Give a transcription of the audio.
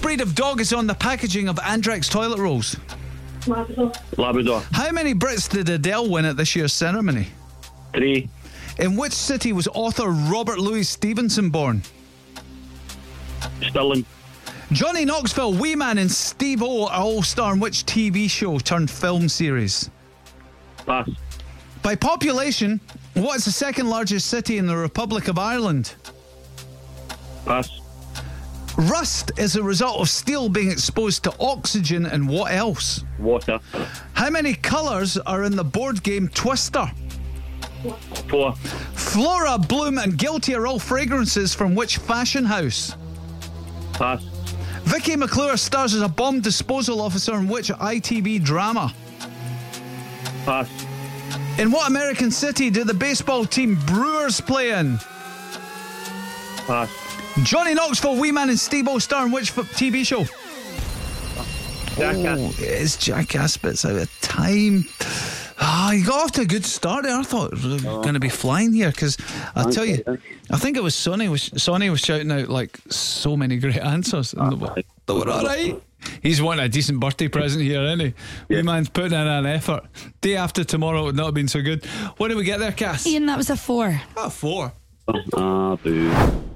breed of dog is on the packaging of Andrex toilet rolls? Labrador. Labrador. How many Brits did Adele win at this year's ceremony? Three. In which city was author Robert Louis Stevenson born? Stirling. Johnny Knoxville, Wee Man, and Steve O are all star in which TV show turned film series? Pass. By population, what is the second largest city in the Republic of Ireland? Pass. Rust is a result of steel being exposed to oxygen and what else? Water. How many colours are in the board game Twister? Four. Flora, Bloom, and Guilty are all fragrances from which fashion house? Pass. Vicky McClure stars as a bomb disposal officer in which ITV drama? Pass. In what American city do the baseball team Brewers play in? Pass. Johnny Knoxville, Wee Man, and Steve O star in which f- TV show? Jackass. Oh, it's Jackass, but it's out of time. Ah, you got off to a good start there. I thought we were going to be flying here because I tell you, I think it was Sonny was Sonny was shouting out like so many great answers. And they, were, they were all right. He's wanting a decent birthday present here, isn't he? Wee man's putting in an effort. Day after tomorrow would not have been so good. What did we get there, Cass? Ian, that was a four. Ah, four. Ah, boo.